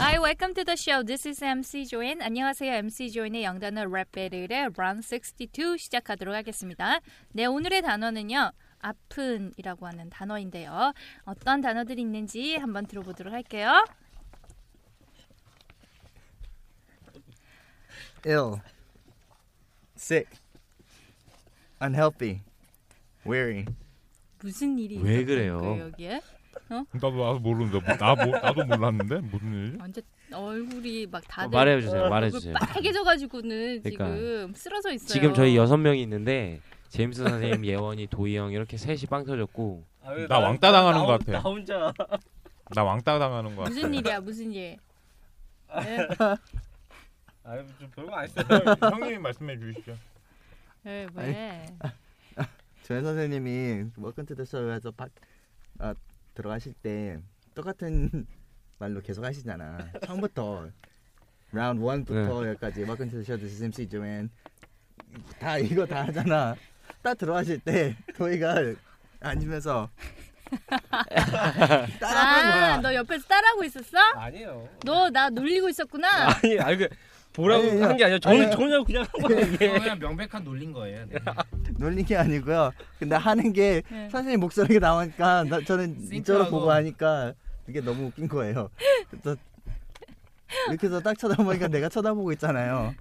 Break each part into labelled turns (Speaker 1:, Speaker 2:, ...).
Speaker 1: Hi, welcome to the show. This is MC Join. 안녕하세요. MC Join의 영단어 랩 배틀의 Round 62 시작하도록 하겠습니다. 네, 오늘의 단어는요. 아픈이라고 하는 단어인데요. 어떤 단어들이 있는지 한번 들어보도록 할게요.
Speaker 2: ill, sick, unhealthy, weary.
Speaker 1: 무슨 일이
Speaker 3: 왜
Speaker 1: 있었던
Speaker 3: 그래요?
Speaker 1: 거예요, 여기에?
Speaker 4: 나도 나도 모르는데 뭐, 나 뭐, 나도 몰랐는데 무슨 일이지?
Speaker 1: 완전 얼굴이 막
Speaker 5: 뭐
Speaker 1: 다들
Speaker 3: 뭐 말해주세요. 말해주세요.
Speaker 1: 얼굴 빨개져가지고는
Speaker 3: 그러니까.
Speaker 1: 지금 쓰러져 있어요.
Speaker 3: 지금 저희 여섯 명이 있는데 제임스 선생님, 예원이, 도희 형 이렇게 셋이 빵 터졌고
Speaker 4: 나 왕따 당하는 것 같아.
Speaker 6: 아, 나 혼자
Speaker 4: 나 왕따 당하는 거 같아.
Speaker 1: 무슨 일이야, 무슨 일? 에,
Speaker 6: 아좀 별거 안 했어요
Speaker 4: 형님이 말씀해 주시죠.
Speaker 1: 에, 왜?
Speaker 2: 조현 선생님이 Welcome to the Show에서 바, 아, 들어가실 때 똑같은 말로 계속 하시잖아. 처음부터 라운드 1부터 여기까지 Welcome to the Show, this is MC Joanne. 다 이거 다 하잖아. 딱 들어가실 때 도희가 앉으면서 따라하는 거야.
Speaker 1: 아, 너 옆에서 따라하고 있었어?
Speaker 6: 아니에요
Speaker 1: 너 나 놀리고 있었구나.
Speaker 6: 아니 아니 그 보라고
Speaker 2: 아니,
Speaker 6: 하는 게 아니라 저는 저는 그냥 한 거예요 이게
Speaker 5: 그냥 명백한 놀린 거예요. 네.
Speaker 2: 놀린 게 아니고요. 근데 하는 게
Speaker 1: 네.
Speaker 2: 선생님 목소리가 나오니까 나, 저는 이쪽으로
Speaker 5: 싱크하고.
Speaker 2: 보고 하니까 이게 너무 웃긴 거예요. 그래서 이렇게 해서 딱 쳐다보니까 내가 쳐다보고 있잖아요.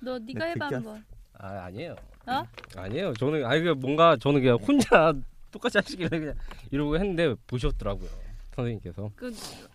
Speaker 1: 너 네가
Speaker 2: 네,
Speaker 1: 해봐
Speaker 2: 듣기
Speaker 1: 한번.
Speaker 6: 아 아니에요
Speaker 1: 어?
Speaker 6: 아니에요 저는 아니 그 뭔가 저는 그냥 혼자 똑같이 하시길래 그냥 이러고 했는데 보셨더라고요 선생님께서
Speaker 1: 그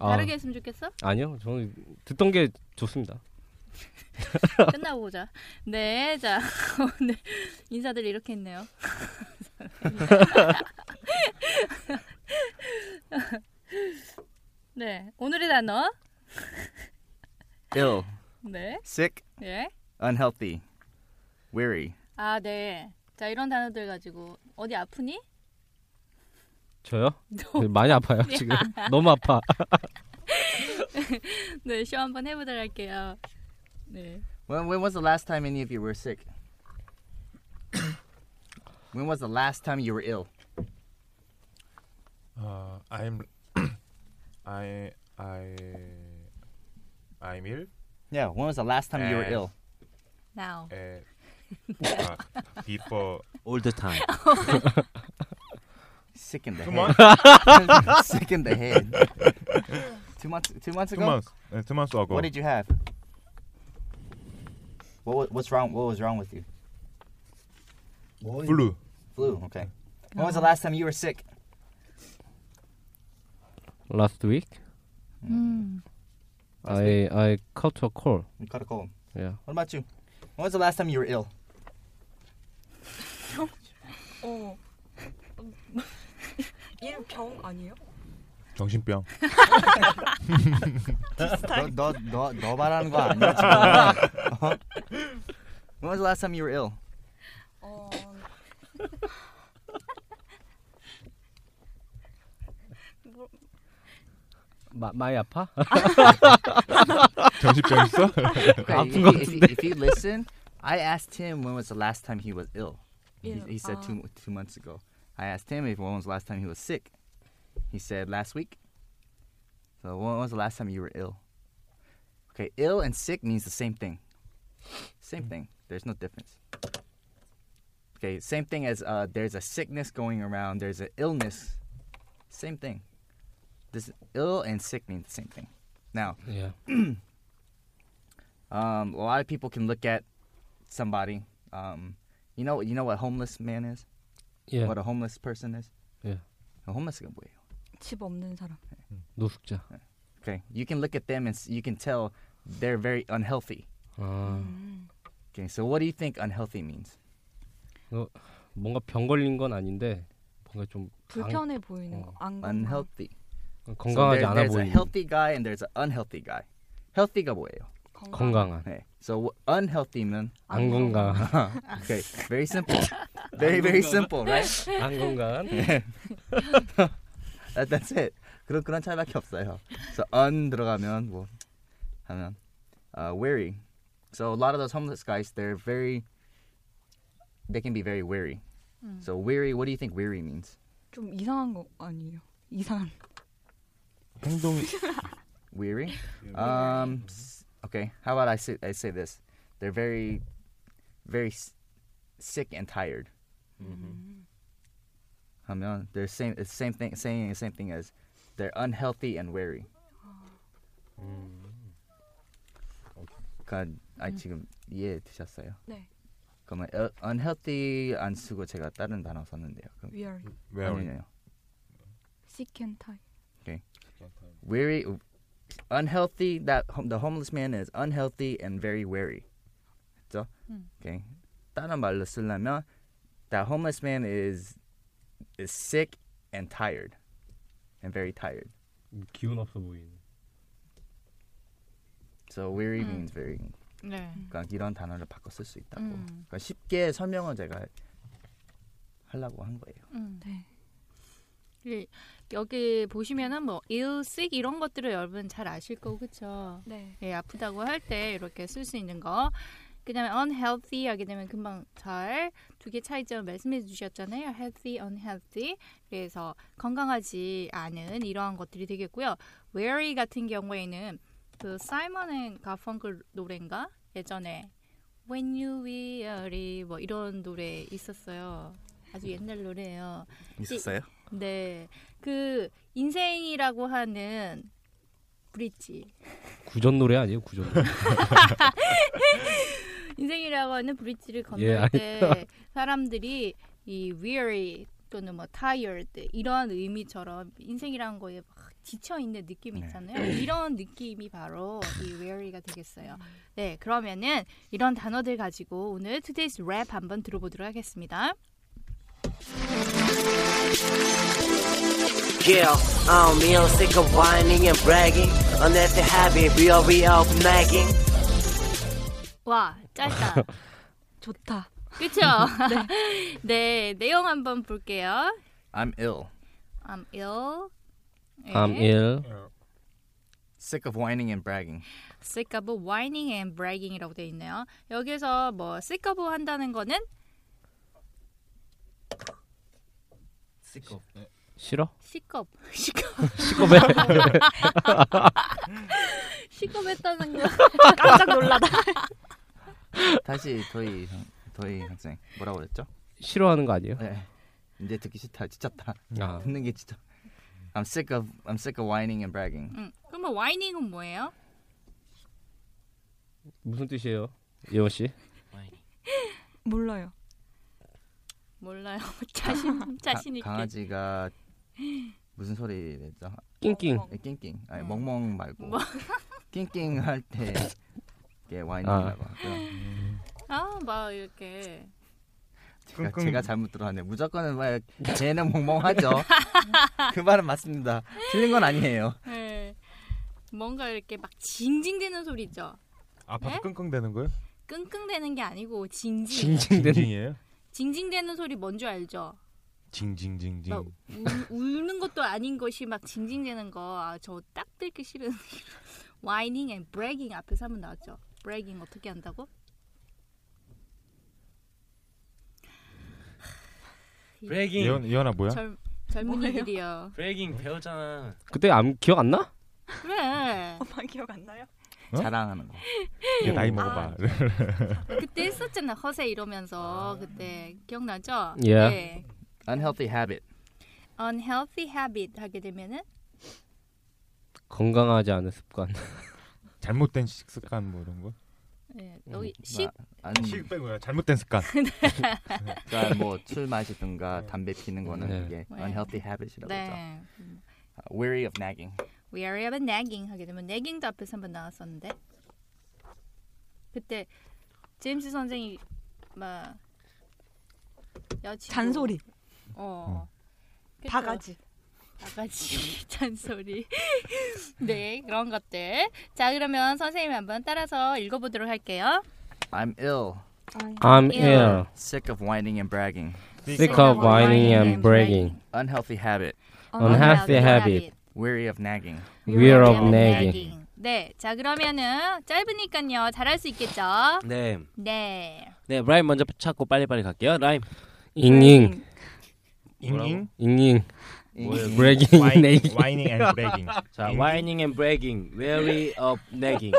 Speaker 3: 아,
Speaker 1: 다르게 했으면 좋겠어?
Speaker 6: 아니요 저는 듣던 게 좋습니다
Speaker 1: 끝나고 보자. 네, 자 오늘 인사들 이렇게 했네요. 네, 오늘의 단어.
Speaker 2: ill,
Speaker 1: 네,
Speaker 2: sick,
Speaker 1: 예.
Speaker 2: unhealthy, weary.
Speaker 1: 아, 네. 자 이런 단어들 가지고 어디 아프니?
Speaker 6: 저요 네,
Speaker 1: 너-
Speaker 6: 많이 아파요 지금 너무 아파
Speaker 1: 네, 쇼 한번 해보도록 할게요. 네.
Speaker 2: When when was the last time any of you were sick? when was the last time you were ill?
Speaker 4: 아, I'm I I I'm ill
Speaker 2: Yeah, when was the last time you were
Speaker 4: Eh.
Speaker 2: ill?
Speaker 1: Now.
Speaker 4: at 아, before.
Speaker 3: all the time.
Speaker 2: Sick in the
Speaker 4: Two
Speaker 2: head.
Speaker 4: months,
Speaker 2: sick in the head. two months. Two months
Speaker 4: two
Speaker 2: ago.
Speaker 4: months, 네, two months ago.
Speaker 2: What did you have? What wa- what's wrong? What was wrong with you?
Speaker 4: Flu.
Speaker 2: Flu. Okay. When was the last time you were sick?
Speaker 6: last week
Speaker 1: 음.
Speaker 6: I I caught a cold
Speaker 2: You caught a cold.
Speaker 6: yeah
Speaker 2: What about you? When was the last time you were ill?
Speaker 1: 어.
Speaker 7: 일병 아니에요?
Speaker 4: 정신병.
Speaker 2: 너 너 너 말하는 거 아니야 지금? Uh-huh. When was the last time you were ill?
Speaker 7: 어...
Speaker 6: 마, 많이 아파
Speaker 4: 정신병 있어?
Speaker 2: Okay, if, you, if, you, if you listen, I asked him when was the last time he was ill. He,
Speaker 7: Ill,
Speaker 2: he said
Speaker 7: ah.
Speaker 2: two two months ago. I asked him if when was the last time he was sick. He said last week. So when was the last time you were ill? Okay, ill and sick means the same thing. Same thing. There's no difference. Okay, same thing as uh, there's a sickness going around. There's an illness. Same thing. This ill and sick mean the same thing. Now,
Speaker 6: Yeah.
Speaker 2: um, a lot of people can look at somebody. Um, you know, you know what homeless man is.
Speaker 6: Yeah.
Speaker 2: What a homeless person is.
Speaker 6: Yeah.
Speaker 2: A homeless가 뭐예요?
Speaker 7: 집 없는 사람.
Speaker 6: 노숙자.
Speaker 2: Okay, you can look at them and s- you can tell they're very unhealthy.
Speaker 6: 아,
Speaker 7: 음.
Speaker 2: Okay, so what do you think unhealthy means?
Speaker 6: 뭔가 병 걸린 건 아닌데 뭔가 좀 안-
Speaker 7: 불편해 보이는
Speaker 6: 어.
Speaker 7: 거. 안 건강.
Speaker 2: Unhealthy.
Speaker 6: 건강하지
Speaker 2: so there-
Speaker 6: 않아
Speaker 2: there's
Speaker 6: 보이는
Speaker 2: a healthy guy and there's an unhealthy guy. Healthy가 뭐예요?
Speaker 6: 건강한
Speaker 2: Okay, so unhealthy면
Speaker 6: 안 건강한
Speaker 2: okay, very simple, very very simple, right?
Speaker 6: 안 건강한 네.
Speaker 2: That, that's it. 그런 그런 차이밖에 없어요. So un 들어가면 뭐 하면 uh, weary. So a lot of those homeless guys, they're very, they can be very weary. So weary, what do you think weary means?
Speaker 7: 좀 이상한 거 아니에요? 이상한.
Speaker 4: 행동이
Speaker 2: Weary. Um, s- okay. How about I say I say this? They're very, very s- sick and tired. 하면 they're same it's same thing saying the same thing as they're unhealthy and weary. 그러니까 아 지금 이해 되셨어요?
Speaker 7: 네.
Speaker 2: 그러면 어, unhealthy 안 쓰고 제가 다른 단어 썼는데요. 그럼
Speaker 7: Weary,
Speaker 6: 음.
Speaker 4: 왜요?
Speaker 2: 아니네요.
Speaker 7: sick and tired.
Speaker 2: Weary, unhealthy. That hom- the homeless man is unhealthy and very weary. 그죠?
Speaker 1: 음.
Speaker 2: Okay. 다른 말로 쓰려면 that homeless man is is sick and tired, and very tired.
Speaker 6: 기운 없어 보이는
Speaker 2: So weary
Speaker 1: 음.
Speaker 2: means very.
Speaker 1: 네.
Speaker 2: 그러니까 이런 단어를 바꿔 쓸 수 있다고.
Speaker 1: 음.
Speaker 2: 그러니까 쉽게 설명을 제가 하려고 한 거예요.
Speaker 1: 음.
Speaker 7: 네.
Speaker 1: 예, 여기 보시면은 뭐 ill, sick 이런 것들을 여러분 잘 아실 거고 그렇죠.
Speaker 7: 네.
Speaker 1: 예, 아프다고 할 때 이렇게 쓸 수 있는 거. 그다음에 unhealthy 하게 되면 금방 잘 두 개 차이점 말씀해 주셨잖아요. healthy, unhealthy. 그래서 건강하지 않은 이러한 것들이 되겠고요. weary 같은 경우에는 그 사이먼 앤 가펑클 노래인가? 예전에 When You Weary 뭐 이런 노래 있었어요. 아주 옛날 노래예요. 있었어요? 네. 그 인생이라고 하는 브릿지
Speaker 6: 구전 노래 아니에요 구전 노래
Speaker 1: 인생이라고 하는 브릿지를 건널
Speaker 6: 예, 아니.
Speaker 1: 때 사람들이 이 weary 또는 뭐 tired 이런 의미처럼 인생이라는 거에 막 지쳐 있는 느낌
Speaker 2: 네.
Speaker 1: 있잖아요. 이런 느낌이 바로 이 weary가 되겠어요. 네, 그러면은 이런 단어들 가지고 오늘 today's rap 한번 들어보도록 하겠습니다.
Speaker 8: Yeah, I'm real sick of whining and bragging. Unless they have it, we are we out nagging.
Speaker 1: 와, 짧다.
Speaker 7: 좋다.
Speaker 1: 그렇죠? 네. 내용 한번 볼게요.
Speaker 2: I'm ill,
Speaker 1: I'm ill. 네.
Speaker 6: I'm ill
Speaker 2: sick of whining and bragging.
Speaker 1: sick of whining and bragging이라고 되어 있네요. 여기서 뭐 sick of 한다는 거는
Speaker 5: 시끄럽.
Speaker 6: 싫어
Speaker 1: 시겁 시겁 시겁해 시겁했다는 거 깜짝 놀라다.
Speaker 2: 다시 도희 선- 도희 학생 뭐라고 그랬죠?
Speaker 6: 싫어하는 거 아니에요
Speaker 2: 네. 이제 듣기 싫다. 지쳤다.
Speaker 6: 아
Speaker 2: 듣는 게 지쳐. I'm sick of I'm sick of whining and bragging.
Speaker 1: 음, 그러면 whining은 뭐예요?
Speaker 6: 무슨 뜻이에요 예원 씨
Speaker 7: 몰라요.
Speaker 1: 몰라요. 자신 자신 있게.
Speaker 2: 강아지가 무슨 소리 냈죠?
Speaker 6: 낑낑
Speaker 2: 네, 낑낑. 아니
Speaker 1: 음.
Speaker 2: 멍멍 말고
Speaker 1: 뭐.
Speaker 2: 낑낑 할때 이게 whining이라고 하고요.
Speaker 1: 아막 이렇게
Speaker 2: 제가, 제가 잘못 들어왔네. 무조건은 뭐 쟤는 멍멍하죠. 그 말은 맞습니다. 틀린 건 아니에요.
Speaker 1: 네. 뭔가 이렇게 막 징징대는 소리 있죠.
Speaker 4: 아파서
Speaker 1: 네?
Speaker 4: 끙끙대는 거예요?
Speaker 1: 끙끙대는 게 아니고 징징
Speaker 6: 징징대는
Speaker 4: 징징이에요?
Speaker 1: 징징대는 소리 뭔지 알죠?
Speaker 4: 징징징징.
Speaker 1: 막 울, 울는 것도 아닌 것이 막 징징대는 거 아, 저 딱 들기 싫은 whining and bragging 앞에서 한번 나왔죠. bragging 어떻게 한다고?
Speaker 5: 브레이킹.
Speaker 4: 예원 예원아 뭐야?
Speaker 1: 젊 젊은이들이요.
Speaker 5: 브레이킹 배웠잖아.
Speaker 6: 그때 안 기억 안 나?
Speaker 1: 그래.
Speaker 7: 엄마 기억 안 나요?
Speaker 4: 어?
Speaker 2: 자랑하는 거.
Speaker 4: 얘
Speaker 1: 아,
Speaker 4: 나이 먹어봐.
Speaker 1: 그때 했었잖아 허세 이러면서 그때 기억나죠?
Speaker 6: 예.
Speaker 1: 네.
Speaker 2: Unhealthy habit.
Speaker 1: unhealthy habit 하게 되면은
Speaker 6: 건강하지 않은 습관.
Speaker 4: 잘못된 식습관 뭐 이런 거?
Speaker 1: 예,
Speaker 2: 음,
Speaker 1: 여기
Speaker 2: 나-
Speaker 1: 식
Speaker 2: 안,
Speaker 8: 음.
Speaker 4: 식빼고야 잘못된 습관.
Speaker 2: 그러니까 뭐술 마시든가
Speaker 4: 네.
Speaker 2: 담배 피는 거는
Speaker 5: 네.
Speaker 2: 이게
Speaker 1: 네.
Speaker 2: unhealthy habit이라고 하죠.
Speaker 1: 네. 음,
Speaker 2: 아, Weary of nagging.
Speaker 1: Weary of nagging 하게 되면 nagging도 앞에서 한번 나왔었는데 그때 제임스 선생이 막 여친
Speaker 9: 잔소리,
Speaker 7: 네,
Speaker 1: 어. 그쵸?
Speaker 9: 바가지.
Speaker 1: 바가지 잔소리. 네, 그런 것들. 자, 그러면 선생님 한번 따라서 읽어보도록 할게요.
Speaker 2: I'm ill,
Speaker 7: 아,
Speaker 6: I'm
Speaker 1: 예.
Speaker 6: ill,
Speaker 2: sick of whining and bragging.
Speaker 6: sick of whining and bragging,
Speaker 2: Unhealthy habit,
Speaker 6: unhealthy habit,
Speaker 2: weary of nagging.
Speaker 6: we're of nagging.
Speaker 1: 네, 자 그러면은 짧으니까요 잘할 수 있겠죠.
Speaker 5: 네.
Speaker 1: 네.
Speaker 5: 네, 라임 먼저 찾고 빨리빨리 갈게요. 라임.
Speaker 6: 잉잉,
Speaker 5: 잉잉?
Speaker 6: 잉잉,
Speaker 5: 뭐예요?
Speaker 6: bragging, nagging.
Speaker 4: whining and begging.
Speaker 5: 자,
Speaker 4: 잉잉?
Speaker 5: whining and bragging, weary of nagging.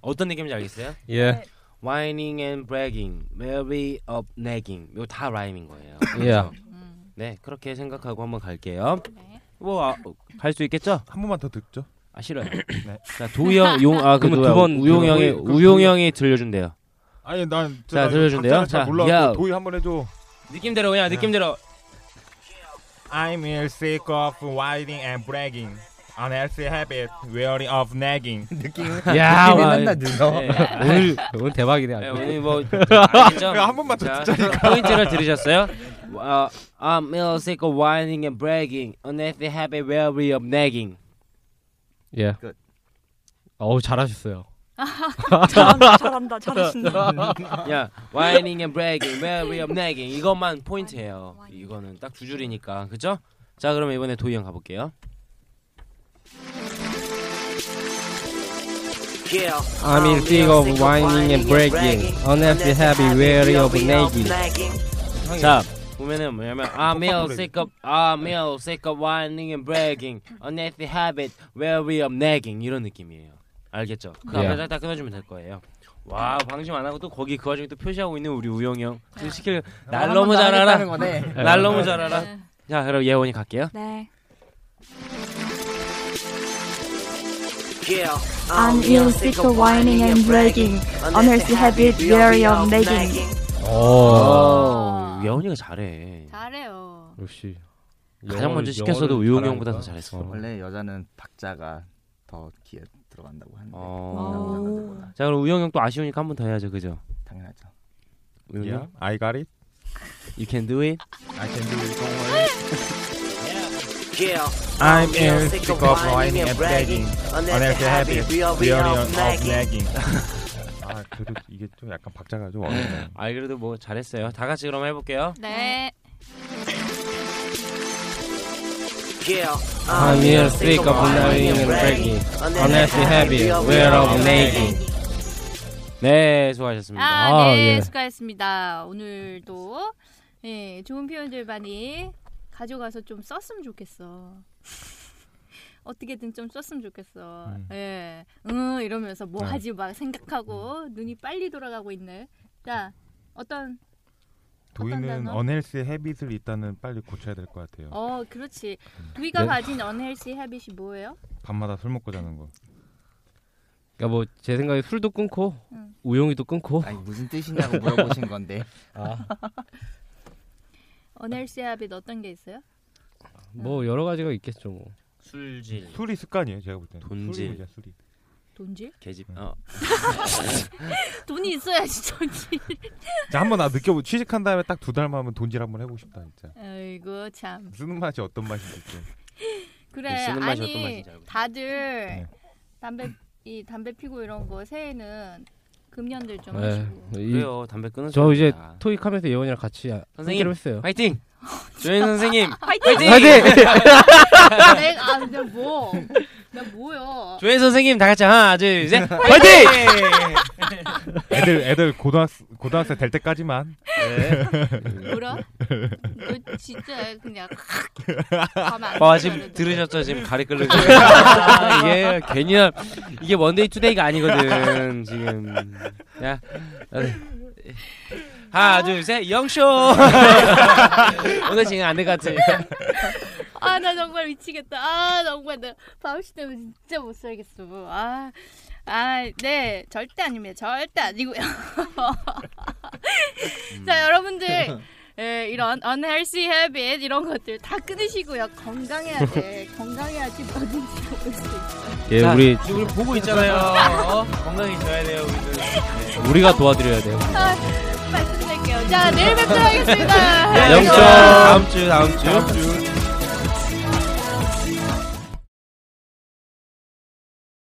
Speaker 5: 어떤 느낌인지 알겠어요?
Speaker 6: 예,
Speaker 5: whining and bragging, weary of nagging. 이거 다 라임인 거예요.
Speaker 6: 예.
Speaker 1: 음,
Speaker 5: 네, 그렇게 생각하고 한번 갈게요.
Speaker 1: 네.
Speaker 5: 뭐갈 수 있겠죠?
Speaker 4: 한 번만 더 듣죠.
Speaker 5: 아 싫어요.
Speaker 4: 네.
Speaker 5: 자, 도영 용아그
Speaker 6: 그러면 두
Speaker 5: 누구야?
Speaker 6: 번,
Speaker 5: 우용
Speaker 6: 그
Speaker 5: 형이
Speaker 4: 도희- 그
Speaker 5: 우용
Speaker 4: 도희-
Speaker 5: 형이 들려준대요.
Speaker 4: 아니
Speaker 5: 자,
Speaker 4: 난자
Speaker 5: 들려준대요. 자,
Speaker 4: 잘
Speaker 5: 야.
Speaker 4: 몰라. 도희 한번 해줘.
Speaker 5: 느낌대로 그냥
Speaker 4: 네. 어.
Speaker 5: 느낌대로.
Speaker 4: I'm ill, sick of whining and bragging. Unhealthy habit, weary of nagging.
Speaker 2: 느낌
Speaker 6: 야,
Speaker 2: 느낌이
Speaker 6: 와,
Speaker 2: 맨날 늘어.
Speaker 5: 네.
Speaker 6: 오늘 오늘 대박이네.
Speaker 5: 네,
Speaker 6: 아주.
Speaker 5: 오늘 뭐 알겠죠?
Speaker 4: 야, 한 번만 더
Speaker 5: 자, 포인트를 들으셨어요? 와, I'm ill, sick of whining and bragging. Unhealthy habit, weary of nagging.
Speaker 6: 예.
Speaker 2: 끝.
Speaker 6: 어우 잘하셨어요.
Speaker 9: 잘한다, 잘한다, 잘하신다.
Speaker 5: 야, whining and bragging, weary of nagging. 이것만 포인트예요. 이거는 딱 두 줄이니까, 그죠? 자, 그럼 이번에 도희 형 가볼게요.
Speaker 6: I'm in sick of whining and bragging, unhappy, happy, weary of nagging.
Speaker 5: 자 보면은 뭐냐면 I'm ill, sick of I'm ill, sick of whining and bragging, unhealthy habit, weary of nagging 이런 느낌이에요. 알겠죠? 그
Speaker 6: 예.
Speaker 5: 앞에 딱딱 끊어주면 될 거예요. 와 방심 안 하고 또 거기 그 와중에 또 표시하고 있는 우리 우영이 형. 그 시킬
Speaker 2: 아,
Speaker 5: 날 너무 잘
Speaker 2: 하겠다는
Speaker 5: 알아.
Speaker 2: 거네.
Speaker 5: 날 너무 잘 알아. 자 그럼 예원이 갈게요.
Speaker 9: 네.
Speaker 8: I'm ill, um, sick of whining and bragging. Unhealthy habit, weary of nagging.
Speaker 6: 어.
Speaker 5: 어.
Speaker 1: 아.
Speaker 5: 오 예원이가 잘해.
Speaker 1: 어, 잘해요.
Speaker 6: 역시
Speaker 5: 가장 먼저 시켰어도 우영이 형보다 더 잘했어.
Speaker 2: 원래 여자는 박자가 더 귀에 들어간다고 하는데
Speaker 5: 어.
Speaker 2: 남자들보다
Speaker 5: 자 그럼 우영이 형또 아쉬우니까 한 번 더 해야죠, 그죠?
Speaker 2: 당연하죠.
Speaker 5: 우영이 형,
Speaker 4: I got it.
Speaker 5: you can do it.
Speaker 4: I can do it.
Speaker 8: I'm ill, sick of whining and bragging. Unhealthy habit, weary of nagging.
Speaker 4: 아 그래도 이게 좀 약간 박자가 좀 어렵네.
Speaker 5: 아 그래도 뭐 잘했어요. 다 같이 그럼 해볼게요.
Speaker 1: 네.
Speaker 6: 아,
Speaker 8: I'm
Speaker 6: 예,
Speaker 8: ill, sick of whining and bragging. Unhealthy habit, weary of nagging.
Speaker 5: 네 수고하셨습니다.
Speaker 1: 아,
Speaker 6: 아,
Speaker 1: 네,
Speaker 6: 예.
Speaker 1: 수고했습니다. 오늘도 예, 좋은 표현들 많이 가져가서 좀 썼으면 좋겠어. 어떻게든 좀 썼으면 좋겠어.
Speaker 4: 음.
Speaker 1: 예, 응 이러면서 뭐
Speaker 4: 네.
Speaker 1: 하지 막
Speaker 5: 음.
Speaker 1: 생각하고 눈이 빨리 돌아가고 있네. 자, 어떤
Speaker 4: 도희는
Speaker 1: 단어?
Speaker 4: unhealthy habit을 일단은 빨리 고쳐야 될 것 같아요.
Speaker 1: 어 그렇지.
Speaker 5: 음.
Speaker 1: 우리가
Speaker 6: 네.
Speaker 1: 가진 언헬시 헤빗이 뭐예요?
Speaker 4: 밤마다 술 먹고 자는 거.
Speaker 6: 그러니까 뭐 제 생각에 술도 끊고
Speaker 1: 응.
Speaker 6: 우영이도 끊고
Speaker 2: 아니 무슨 뜻이냐고 물어보신 건데
Speaker 1: 언헬시 헤빗 어떤 게 있어요?
Speaker 6: 뭐 여러 가지가 있겠죠. 뭐.
Speaker 5: 술질
Speaker 4: 술이 습관이에요, 제가 볼 때는.
Speaker 5: 돈질.
Speaker 4: 술이 문제야, 술이.
Speaker 1: 돈질?
Speaker 5: 개집.
Speaker 4: 음.
Speaker 5: 어.
Speaker 1: 돈이 있어야지 돈질.
Speaker 4: 자, 한번 나 느껴보. 취직한 다음에 딱 두 달만 하면 돈질 한번 해보고 싶다, 진짜.
Speaker 1: 아이고 참.
Speaker 4: 쓰는 맛이 어떤 맛인지 좀.
Speaker 1: 그래
Speaker 5: 네, 쓰는 맛이 어떤
Speaker 1: 아니
Speaker 5: 맛인지 알고 있어요.
Speaker 1: 다들
Speaker 4: 네.
Speaker 1: 담배 이 담배 피고 이런 거 새해는 금년들 좀
Speaker 6: 네.
Speaker 1: 하시고
Speaker 6: 이-
Speaker 5: 그래요 담배 끊으세요.
Speaker 6: 저 이제
Speaker 5: 다.
Speaker 6: 토익하면서 예원이랑 같이
Speaker 5: 선생님.
Speaker 6: 선생님 했어요.
Speaker 5: 화이팅. 조현 선생님.
Speaker 1: 파이팅!
Speaker 6: 화이팅!
Speaker 1: 내가 아 근데 뭐나 뭐요?
Speaker 5: 조현 선생님 다 같이 하나 둘 셋.
Speaker 6: 화이팅!
Speaker 4: 애들 애들 고등학생 고등학생 될 때까지만.
Speaker 1: 뭐라? 너 진짜 그냥 가면 안
Speaker 5: 와
Speaker 1: 된다
Speaker 5: 아, 지금
Speaker 1: 그러더라.
Speaker 5: 들으셨죠 지금 가리 끓는 거. 아,
Speaker 6: 예,
Speaker 5: 이게 괜히 이게 원데이 투데이가 아니거든 지금. 야.
Speaker 6: 아, 네.
Speaker 5: 하나 둘셋 영쇼 오늘 지금 안될것 같아.
Speaker 1: 아 나 정말 미치겠다. 아 정말 나 바우씨 때문에 진짜 못 살겠어. 아, 아, 네 절대 아닙니다. 절대 아니고요. 자 여러분들. 예, 이런 unhealthy habit 이런 것들 다 끊으시고요. 건강해야 돼. 건강해야지 뭐든지 먹을 수 있어.
Speaker 6: 예, 우리
Speaker 5: 우리 보고 있잖아요. 어? 건강해져야 돼요, 우리들.
Speaker 6: 우리가 도와드려야 돼요.
Speaker 1: 아,
Speaker 10: 아,
Speaker 1: 말씀드릴게요. 자, 내일 뵙도록 하겠습니다.
Speaker 6: 영철 다음 주 다음 주.
Speaker 5: 다음 주.